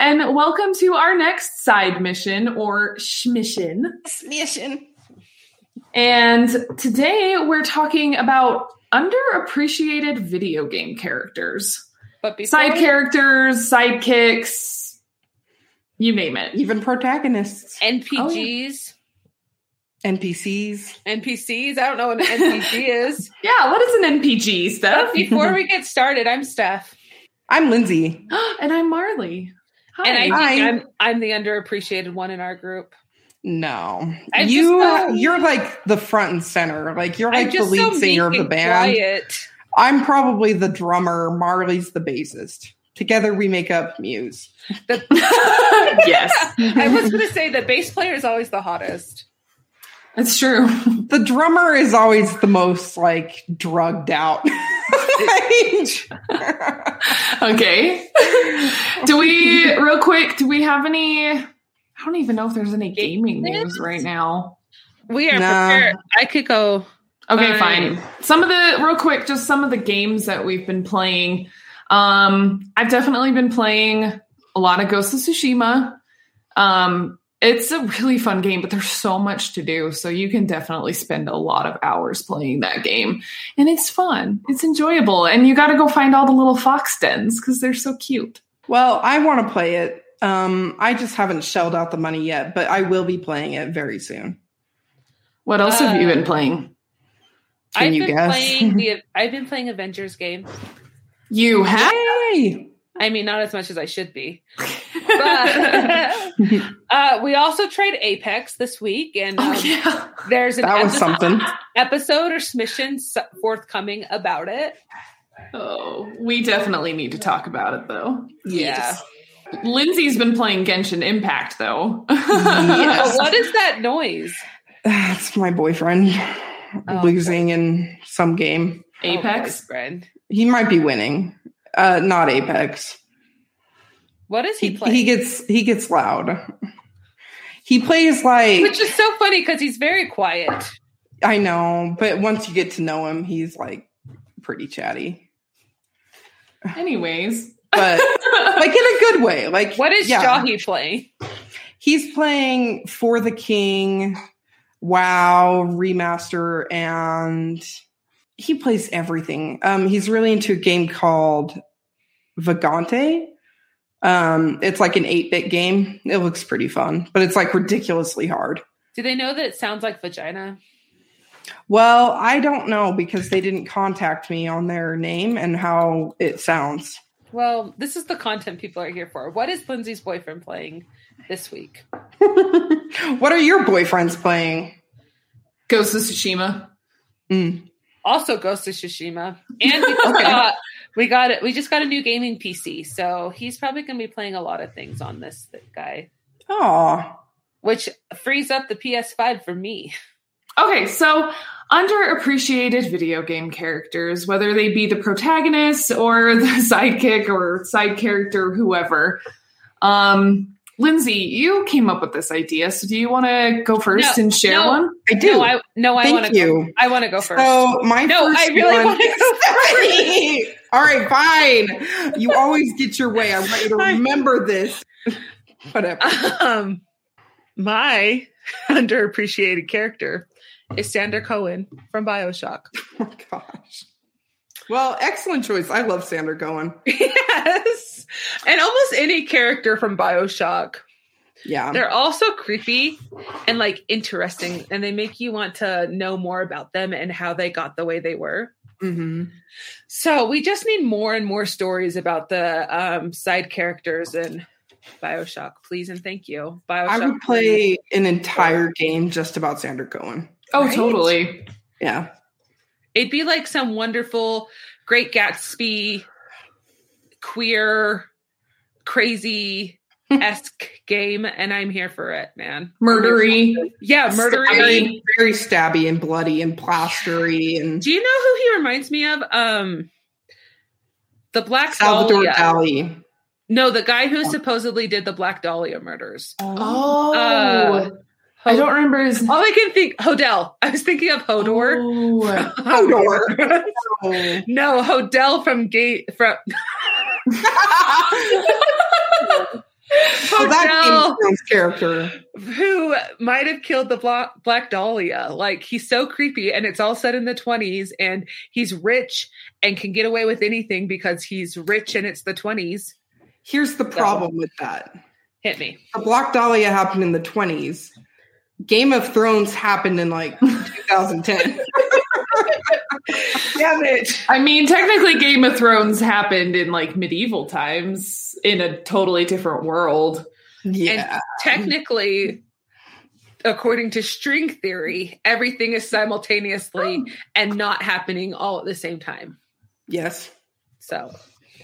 and welcome to our next side mission or schmission. Smishing. And today we're talking about underappreciated video game characters, But before side we- characters, sidekicks, you name it. Even protagonists, Oh, NPGs, NPCs. NPCs. I don't know what an NPC is. Yeah, what is an NPG, But Steph? before we get started, I'm Steph, I'm Lindsay. and I'm Marley. Hi. and I think Hi. I'm I'm the underappreciated one in our group. No, I'm just you so- you're like the front and center. Like you're I'm like the just lead so singer of meek the and band. quiet. I'm probably the drummer. Marley's the bassist. Together we make up Muse. yes, I was going to say the bass player is always the hottest. that's true. The drummer is always the most like drugged out. Okay. do we, real quick, do we have any? I don't even know if there's any gaming news right now. We No. are prepared. I could go. Okay, Fine. fine. Some of the real quick, just some of the games that we've been playing. Um, I've definitely been playing a lot of Ghost of Tsushima. Um, it's a really fun game, but there's so much to do, so you can definitely spend a lot of hours playing that game, and it's fun. It's enjoyable, and you got to go find all the little fox dens because they're so cute. well, I want to play it. Um, I just haven't shelled out the money yet, but I will be playing it very soon. What else have you been playing? Can I've you been guess? playing the. I've been playing Avengers game. You have. Yay! I mean, not as much as I should be. But uh, we also tried Apex this week, and um, oh yeah. there's an That was episode- something. episode or submission s- forthcoming about it. Oh, we definitely need to talk about it though. Yeah. Lindsay's been playing Genshin Impact though. Yes. But Uh, what is that noise? That's my boyfriend Oh, losing in some game. Apex. friend. He might be winning. Uh not Apex. What is he He, playing? he gets he gets loud. He plays like Which is so funny because he's very quiet. I know, but once you get to know him, he's like pretty chatty. Anyways, But like in a good way. Like What is yeah. Jahi playing? He's playing For the King, WoW remaster, and he plays everything. Um, he's really into a game called Vagante. Um, it's like an 8 bit game. It looks pretty fun, but it's like ridiculously hard. Do they know that it sounds like vagina? Well, I don't know because they didn't contact me on their name and how it sounds. Well, this is the content people are here for. What is Lindsay's boyfriend playing this week? what are your boyfriends playing? Ghost of Tsushima. Mm. Also, Ghost of Tsushima, and we just Okay. got we got it. We just got a new gaming PC, so he's probably going to be playing a lot of things on this guy, Oh, which frees up the PS5 for me. Okay, so underappreciated video game characters, whether they be the protagonist or the sidekick or side character, whoever. Um, Lindsay, you came up with this idea, so do you want to go first No, and share no. one? I do. No, I no, I Thank want to go. you. I want to go first. So my No, I first really one- want to go Stephanie! All right, fine. You always get your way. I want you to remember this. Whatever. Oh Um, my underappreciated character is Sander Cohen from Bioshock. Oh my gosh. Well, excellent choice. I love Sandra Cohen. yes, and almost any character from Bioshock. Yeah. They're also creepy and like interesting, and they make you want to know more about them and how they got the way they were. hmm So we just need more and more stories about the um, side characters in Bioshock, please and thank you. Bioshock. I would play an entire game just about Sandra Cohen. Oh, Right? totally. Yeah. It'd be like some wonderful Great Gatsby, queer, crazy esque game, and I'm here for it, man. Murdery. Yeah, murdery. stabby. Very stabby and bloody and plastery and Do you know who he reminds me of? Um, the Black Salvador Dahlia. Dali. No, the guy who supposedly did the Black Dahlia murders. Oh, Uh, I don't remember his All I can think, Hodel. I was thinking of Hodor. Oh. Hodor. No, Hodel from Gate from Well, that game's character. who might have killed the Bla- Black Dahlia. Like he's so creepy, and it's all set in the twenties, and he's rich and can get away with anything because he's rich and it's the twenties. Here's the problem with that. Hit me. The Block Dahlia happened in the 20s. Game of Thrones happened in like 2010. Damn it. I mean, technically, Game of Thrones happened in like medieval times in a totally different world. yeah. Technically, according to string theory, everything is simultaneously and not happening all at the same time. yes. So,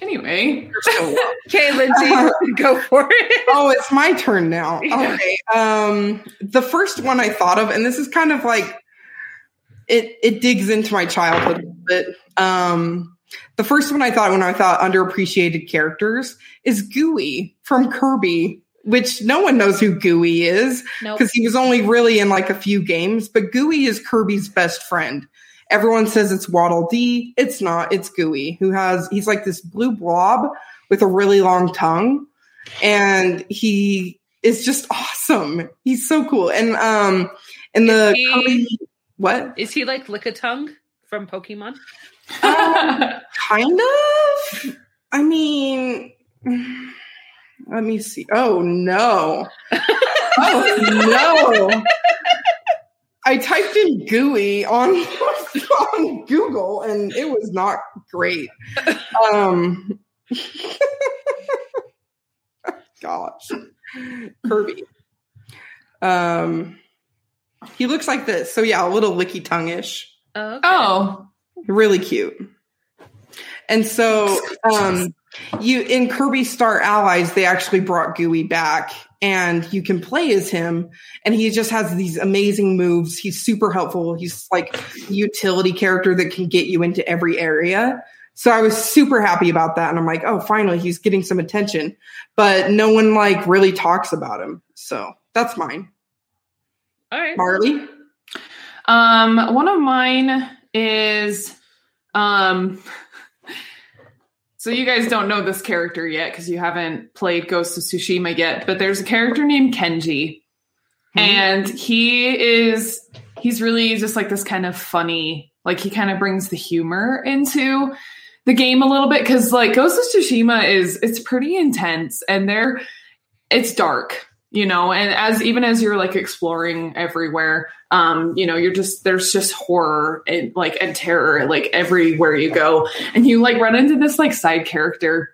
Anyway, okay, Lindsay, go for it. Oh, it's my turn now. Okay. Um, the first one I thought of, and this is kind of like it it digs into my childhood a little bit. Um, the first one I thought when I thought underappreciated characters is Gooey from Kirby, which no one knows who Gooey is. Nope. because he was only really in like a few games. But Gooey is Kirby's best friend. Everyone says it's Waddle Dee. It's not. It's Gooey, who has he's like this blue blob with a really long tongue, and he is just awesome. He's so cool. And um, and the Is he- Kirby- what Is he like Lickitung from Pokemon? kind of? I mean, let me see. Oh no! Oh no! I typed in "gooey" on on Google, and it was not great. Um, gosh, Kirby. Um, he looks like this. So yeah, a little licky tongue-ish Oh, okay. oh, really cute. And so, um, you in Kirby Star Allies, they actually brought Gooey back, and you can play as him. And he just has these amazing moves. He's super helpful. He's like a utility character that can get you into every area. So I was super happy about that, and I'm like, oh, finally, he's getting some attention. But no one like really talks about him. So that's mine, all right. Marley. um, one of mine is, um, so you guys don't know this character yet because you haven't played Ghost of Tsushima yet. But there's a character named Kenji, and he is he's really just like this kind of funny like he kind of brings the humor into the game a little bit because like ghost of tsushima is it's pretty intense and there it's dark you know and as even as you're like exploring everywhere um you know you're just there's just horror and like and terror like everywhere you go and you like run into this like side character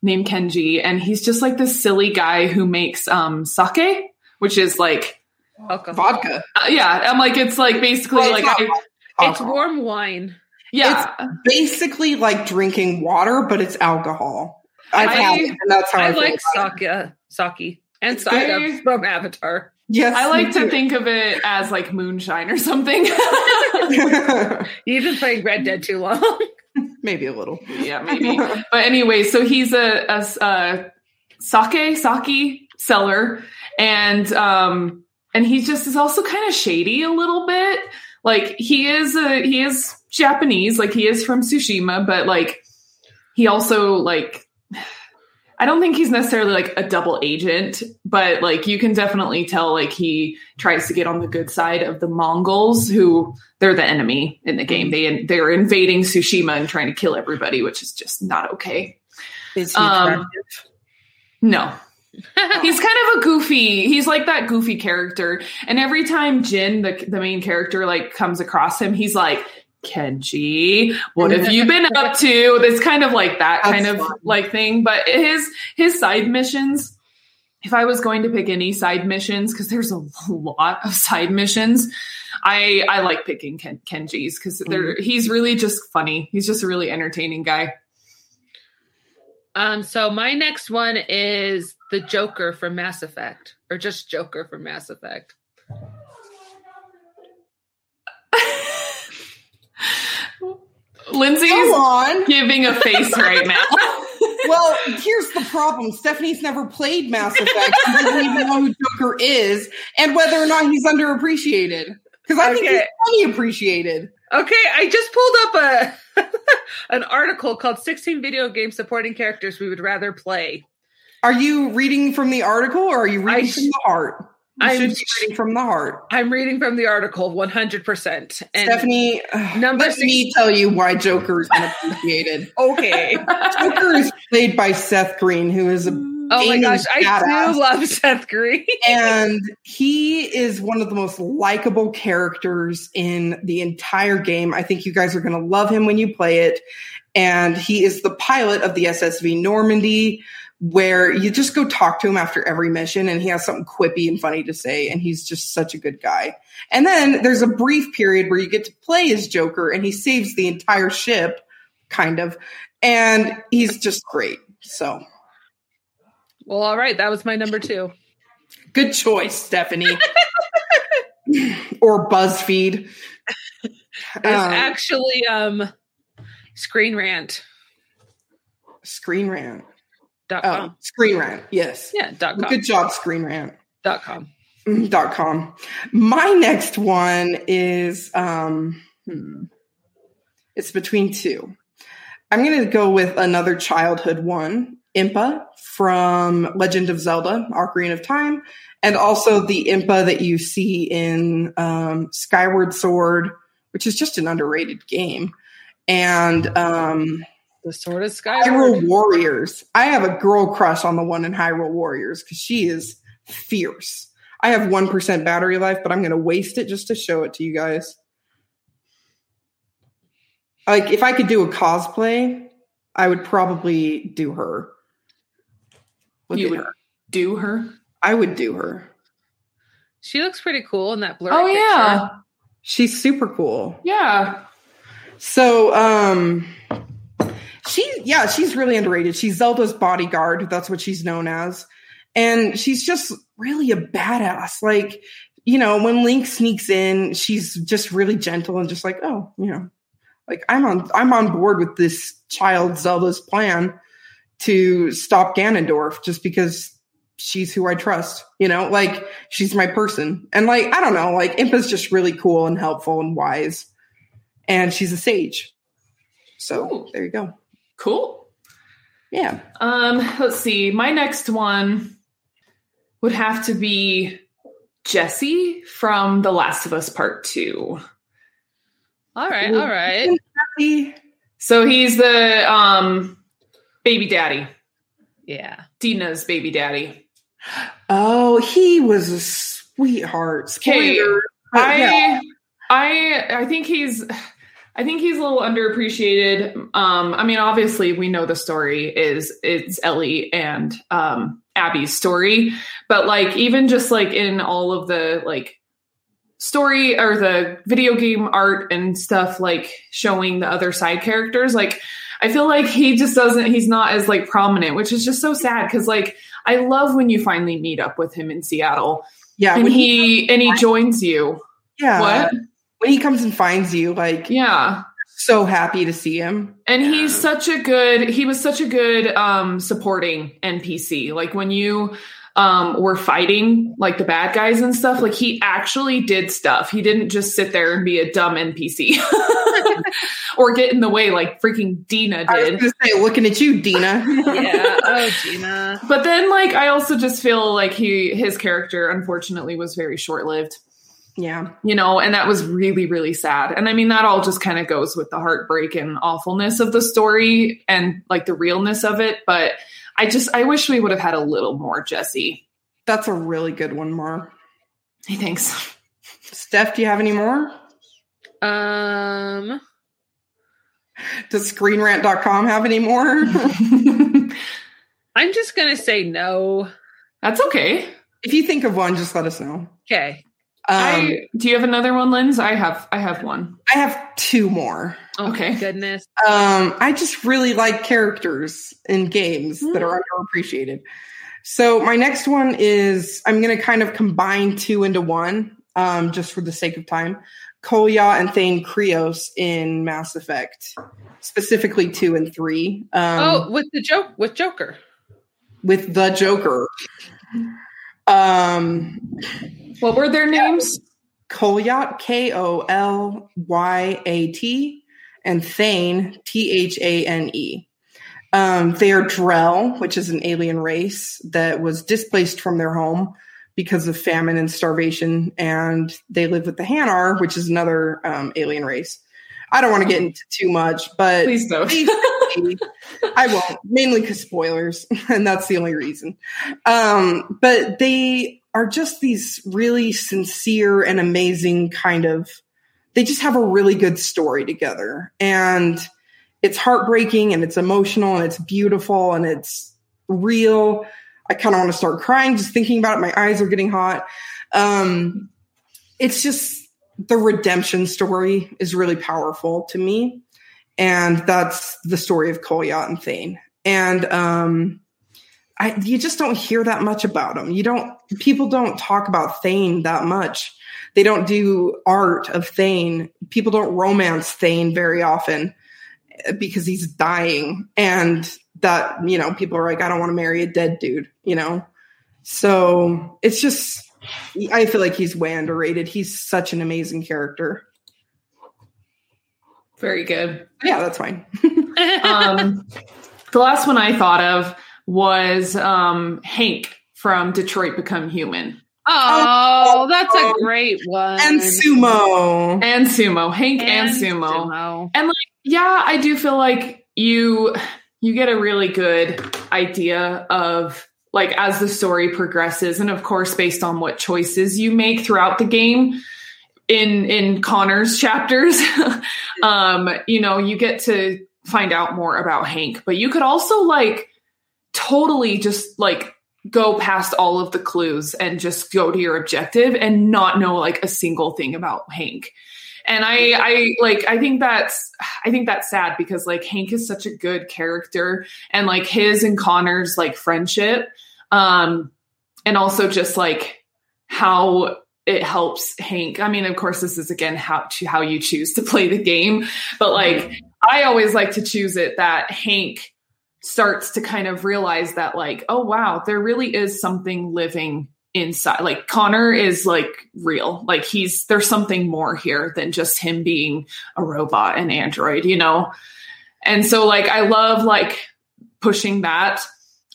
named kenji and he's just like this silly guy who makes um sake which is like Alcohol. Vodka. uh, yeah, I'm like it's like basically Well, like it's I, not- It's Alcohol. warm wine. yeah, basically like drinking water, but it's alcohol. I've I- had it, and that's how I, I feel like about it. Saki, Saki, and It's Saka very- from Avatar. Yes, I like me to too. think of it as like moonshine or something. You've been playing Red Dead too long. Maybe a little. yeah, maybe. But anyway, so he's a, a, a sake sake seller, and um, and he just is also kind of shady a little bit. Like he is a he is Japanese, like he is from Tsushima, but like he also like I don't think he's necessarily like a double agent, but like you can definitely tell like he tries to get on the good side of the Mongols who they're the enemy in the game. They they're invading Tsushima and trying to kill everybody, which is just not okay. Is Um, no, he's kind of a goofy. He's like that goofy character, and every time Jin, the the main character, like comes across him, he's like. Kenji, what have you been up to? It's kind of like that That's kind of fun. like thing. But his his side missions, if I was going to pick any side missions, because there's a lot of side missions, I I like picking Ken, Kenji's because they're he's really just funny. He's just a really entertaining guy. um, so my next one is the Joker from Mass Effect, or just Joker from Mass Effect. Lindsay's Go on. giving a face right now. Well, here's the problem. Stephanie's never played Mass Effect. She doesn't even know who Joker is and whether or not he's underappreciated. Because I think Okay. he's plenty appreciated. Okay, I just pulled up a an article called "16 Video Games Supporting Characters We Would Rather Play." Are you reading from the article or are you reading sh- from the heart? You I'm should be sh- reading from the heart. I'm reading from the article 100%. And Stephanie, ugh, number let me tell you why Joker is unappreciated. okay. Joker is played by Seth Green, who is a Oh my Amy's gosh, I badass. do love Seth Green. and he is one of the most likable characters in the entire game. I think you guys are going to love him when you play it. And he is the pilot of the SSV Normandy, where you just go talk to him after every mission, and he has something quippy and funny to say. And he's just such a good guy. And then there's a brief period where you get to play as Joker, and he saves the entire ship, kind of. And he's just great. So Well, all right, that was my number two. Good choice, Stephanie. or BuzzFeed. It's Um, actually um Screen Rant. Screen Rant. Dot Oh, com. Screen Rant. Yes. Yeah, dot com. Good job, Screen Rant. dot com. Mm, Dot com. My next one is um, hmm, it's between two. I'm going to go with another childhood one, Impa from Legend of Zelda: Ocarina of Time, and also the Impa that you see in um, Skyward Sword, which is just an underrated game, and um, The Sword of Hyrule Skyward. Warriors. I have a girl crush on the one in Hyrule Warriors because she is fierce. I have 1% battery life, but I'm going to waste it just to show it to you guys. Like, if I could do a cosplay, I would probably do her. Look You at would- her. Do her. I would do her. She looks pretty cool in that blur. Oh yeah, She's super cool. yeah. So, um, she, yeah, she's really underrated. She's Zelda's bodyguard. That's what she's known as. And she's just really a badass. Like, you know, when Link sneaks in, she's just really gentle and just like, oh, you know, like I'm on, I'm on board with this child Zelda's plan to stop Ganondorf just because she's who I trust, you know, like she's my person. And like, I don't know, like Impa's just really cool and helpful and wise. And she's a sage. So Ooh. there you go. Cool. Yeah. Um, let's see. My next one would have to be Jesse from The Last of Us Part Two. All right, all right. Happy. So he's the um baby daddy, Yeah. Dina's baby daddy. Oh, he was a sweetheart. Okay, Spoiler. I Yeah. I I think he's I think he's a little underappreciated. Um I mean obviously we know the story is it's Ellie and um Abby's story, but like even just like in all of the like story or the video game art and stuff like showing the other side characters like I feel like he just doesn't he's not as like prominent, which is just so sad cuz like I love when you finally meet up with him in Seattle yeah. and When he, he and he joins you. yeah. What? When he comes and finds you, like, Yeah. so happy to see him. And he's such a good he was such a good um supporting NPC. Like when you um were fighting like the bad guys and stuff, like he actually did stuff. He didn't just sit there and be a dumb NPC or get in the way like freaking Dina I was did. going to say, looking at you, Dina. Yeah. Oh, Gina. But then like I also just feel like he his character unfortunately was very short-lived. yeah. you know, and that was really, really sad. And I mean, that all just kind of goes with the heartbreak and awfulness of the story and like the realness of it. But I just, I wish we would have had a little more Jesse. That's a really good one, Mar. He thinks. Steph, do you have any more? Um. Does screenrant.com have any more? I'm just gonna say no. That's okay. if you think of one, just let us know. Um, Okay. I, I, do you have another one, Linz? I have, I have one. have two more. Oh Okay. my goodness. Um, I just really like characters in games that are underappreciated. So my next one is I'm going to kind of combine two into one, um, just for the sake of time. Kolya and Thane Krios in Mass Effect, specifically two and three. Um, oh, with the joke with Joker. with the Joker. Um, What were their names? Kolyat, K O L Y A T, and Thane, T H A N E. Um, they are Drell, which is an alien race that was displaced from their home because of famine and starvation, and they live with the Hanar, which is another um, alien race. I don't want to get into too much, but Please don't. basically, I won't, mainly because spoilers, and that's the only reason. Um, but they are just these really sincere and amazing kind of. They just have a really good story together, and it's heartbreaking, and it's emotional, and it's beautiful, and it's real. I kind of want to start crying just thinking about it. My eyes are getting hot. Um, it's just the redemption story is really powerful to me and that's the story of Kolyat and Thane. And um, I, you just don't hear that much about him. You don't. People don't talk about Thane that much. They don't do art of Thane. People don't romance Thane very often uh, because he's dying, and that you know people are like, I don't want to marry a dead dude. You know, so it's just. I feel like he's way underrated. He's such an amazing character. Very good. Yeah, that's fine. Um, the last one I thought of was um, Hank from Detroit Become Human oh, that's a great one. And Sumo. and Sumo. Hank and, Sumo. yeah i do feel like you you get a really good idea of like as the story progresses and of course based on what choices you make throughout the game in in connor's chapters um you know you get to find out more about hank but you could also like totally just like go past all of the clues and just go to your objective and not know like a single thing about hank and i i like i think that's i think that's sad because like hank is such a good character and like his and connor's like friendship um and also just like how it helps hank i mean of course this is again how to how you choose to play the game but like i always like to choose it that hank starts to kind of realize that like oh wow there really is something living inside like connor is like real like he's there's something more here than just him being a robot and android you know and so like i love like pushing that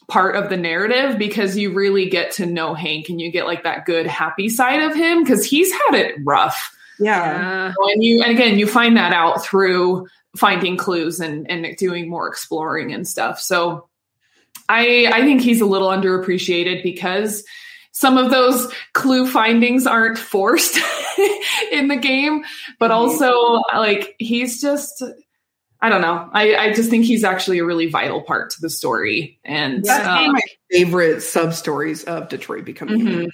part of the narrative because you really get to know hank and you get like that good happy side of him because he's had it rough yeah. Yeah. and you and again you find that out through finding clues and and doing more exploring and stuff so i i think he's a little underappreciated because some of those clue findings aren't forced in the game but Mhm. also like he's just i don't know i i just think he's actually a really vital part to the story and That's uh, Um, one of my favorite sub stories of Detroit Becoming Human. mhm,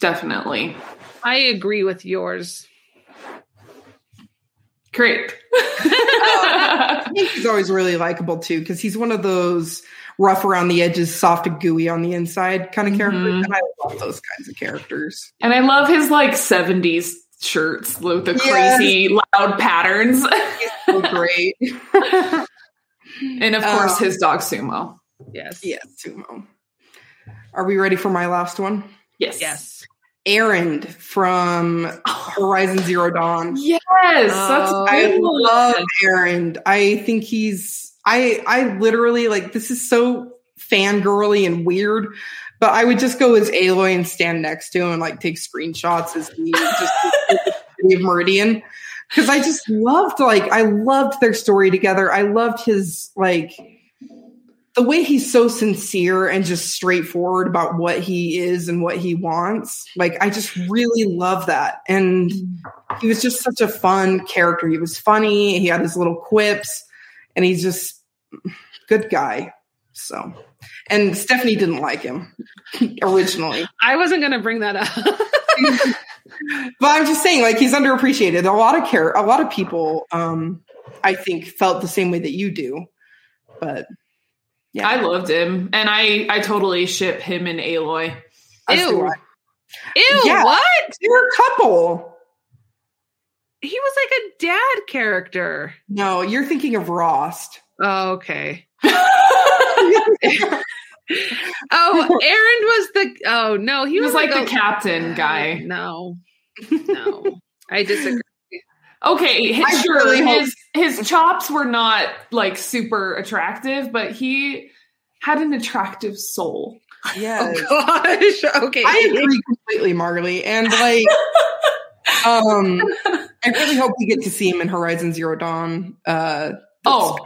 definitely I agree with yours. great I think he's always really likable too, because he's one of those rough around the edges, soft and gooey on the inside kind of characters. Mhm. And I love those kinds of characters. And I love his like 70s shirts with the Yes. crazy loud patterns. He's so great. and of course, Oh. his dog Sumo. Yes. yes, Sumo. Are we ready for my last one? Yes. Yes. Errand from Horizon Zero Dawn. Yes. that's Oh. I good. love Errand. I think he's I I literally like this is so fangirly and weird, but I would just go as Aloy and stand next to him and like take screenshots as we just city of Meridian. Because I just loved like I loved their story together. I loved his like the way he's so sincere and just straightforward about what he is and what he wants. Like I just really love that. And he was just such a fun character. He was funny. He had his little quips, and he's just good guy. So, and Stephanie didn't like him originally, I wasn't going to bring that up. but I'm just saying, like he's underappreciated. A lot of care, a lot of people, um, I think, felt the same way that you do. But yeah, I loved him. And I I totally ship him and Aloy. As do Ew. I. Ew, Yeah. what? they were a couple. He was like a dad character. No, you're thinking of Rost. Oh, okay. Oh, Aaron was the oh no, he, Oh, He was like the a- captain guy. No. No. I disagree. Okay, his, I sure, really hope- his his chops were not like super attractive, but he had an attractive soul. Yes. Oh gosh. Okay. I agree completely, Marley. And like, um, I really hope we get to see him in Horizon Zero Dawn. Uh, Oh,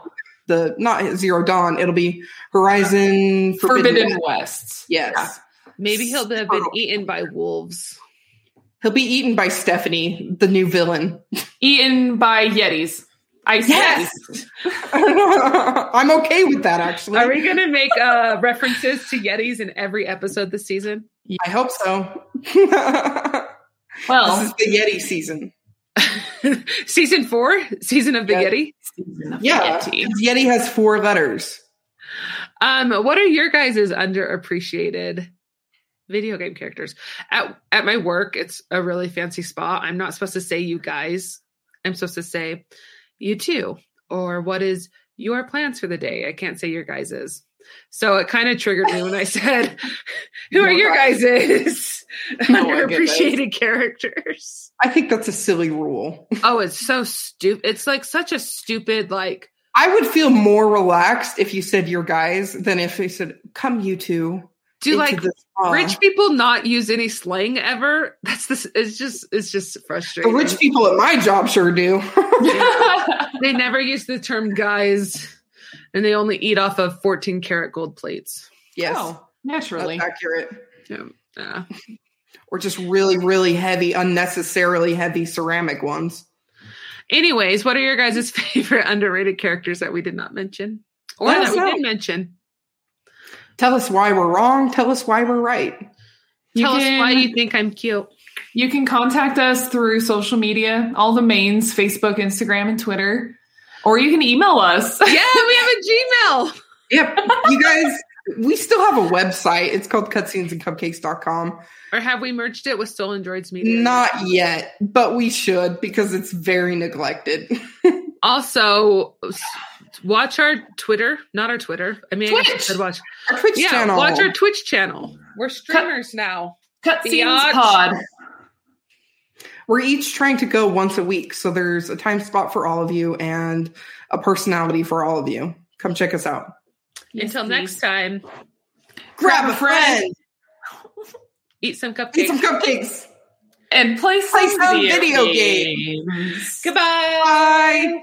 the not Zero Dawn. It'll be Horizon Forbidden. Forbidden West. West. Yes, Maybe he'll have been eaten by wolves. he'll be eaten by Stephanie, the new villain. Eaten by Yetis. Ice Yes! Yetis. I'm okay with that. Actually, Are we gonna make uh, references to Yetis in every episode this season? I hope so. this Well, is the Yeti season. season four, season of the Yeah. Yeti. Yeah, Yeti. 'cause Yeti has four letters. Um, what are your guys' underappreciated video game characters? At at my work, it's a really fancy spa. I'm not supposed to say you guys. I'm supposed to say you too, or what is your plans for the day? I can't say your guys's. So it kind of triggered me when I said, "Who are your guys's my goodness. underappreciated characters?" I think that's a silly rule. Oh, it's so stupid. It's like such a stupid like. I would feel more relaxed if you said your guys than if you said come you two. Do into like the spa." rich people not use any slang ever that's this it's just it's just the frustrating rich people at my job sure do. they never use the term guys and they only eat off of 14 karat gold plates yes, Oh, that's naturally. accurate. yeah uh, Or just really, really heavy, unnecessarily heavy ceramic ones. anyways what are your guys' favorite underrated characters that we did not mention or Let that us we know. did mention Tell us why we're wrong. Tell us why we're right. You tell us why can- you think i'm cute You can contact us through social media, all the mains Facebook, Instagram, and Twitter. Or you can email us. yeah we have a gmail Yep. you guys, we still have a website. It's called cutscenesandcupcakes.com. or have we merged it with stolen droids media Not yet, but we should because it's very neglected. also s- watch our twitter not our twitter i mean I guess I Twitch. should watch Our Twitch yeah, channel. watch our Twitch channel. We're streamers now. Cutscenes Biatch. Pod. We're each trying to go once a week, so there's a time spot for all of you and a personality for all of you. Come check us out. Yes, Until please. next time, Grab a friend, eat some cupcakes. eat some cupcakes. And play some, Play some video games. Goodbye. Bye.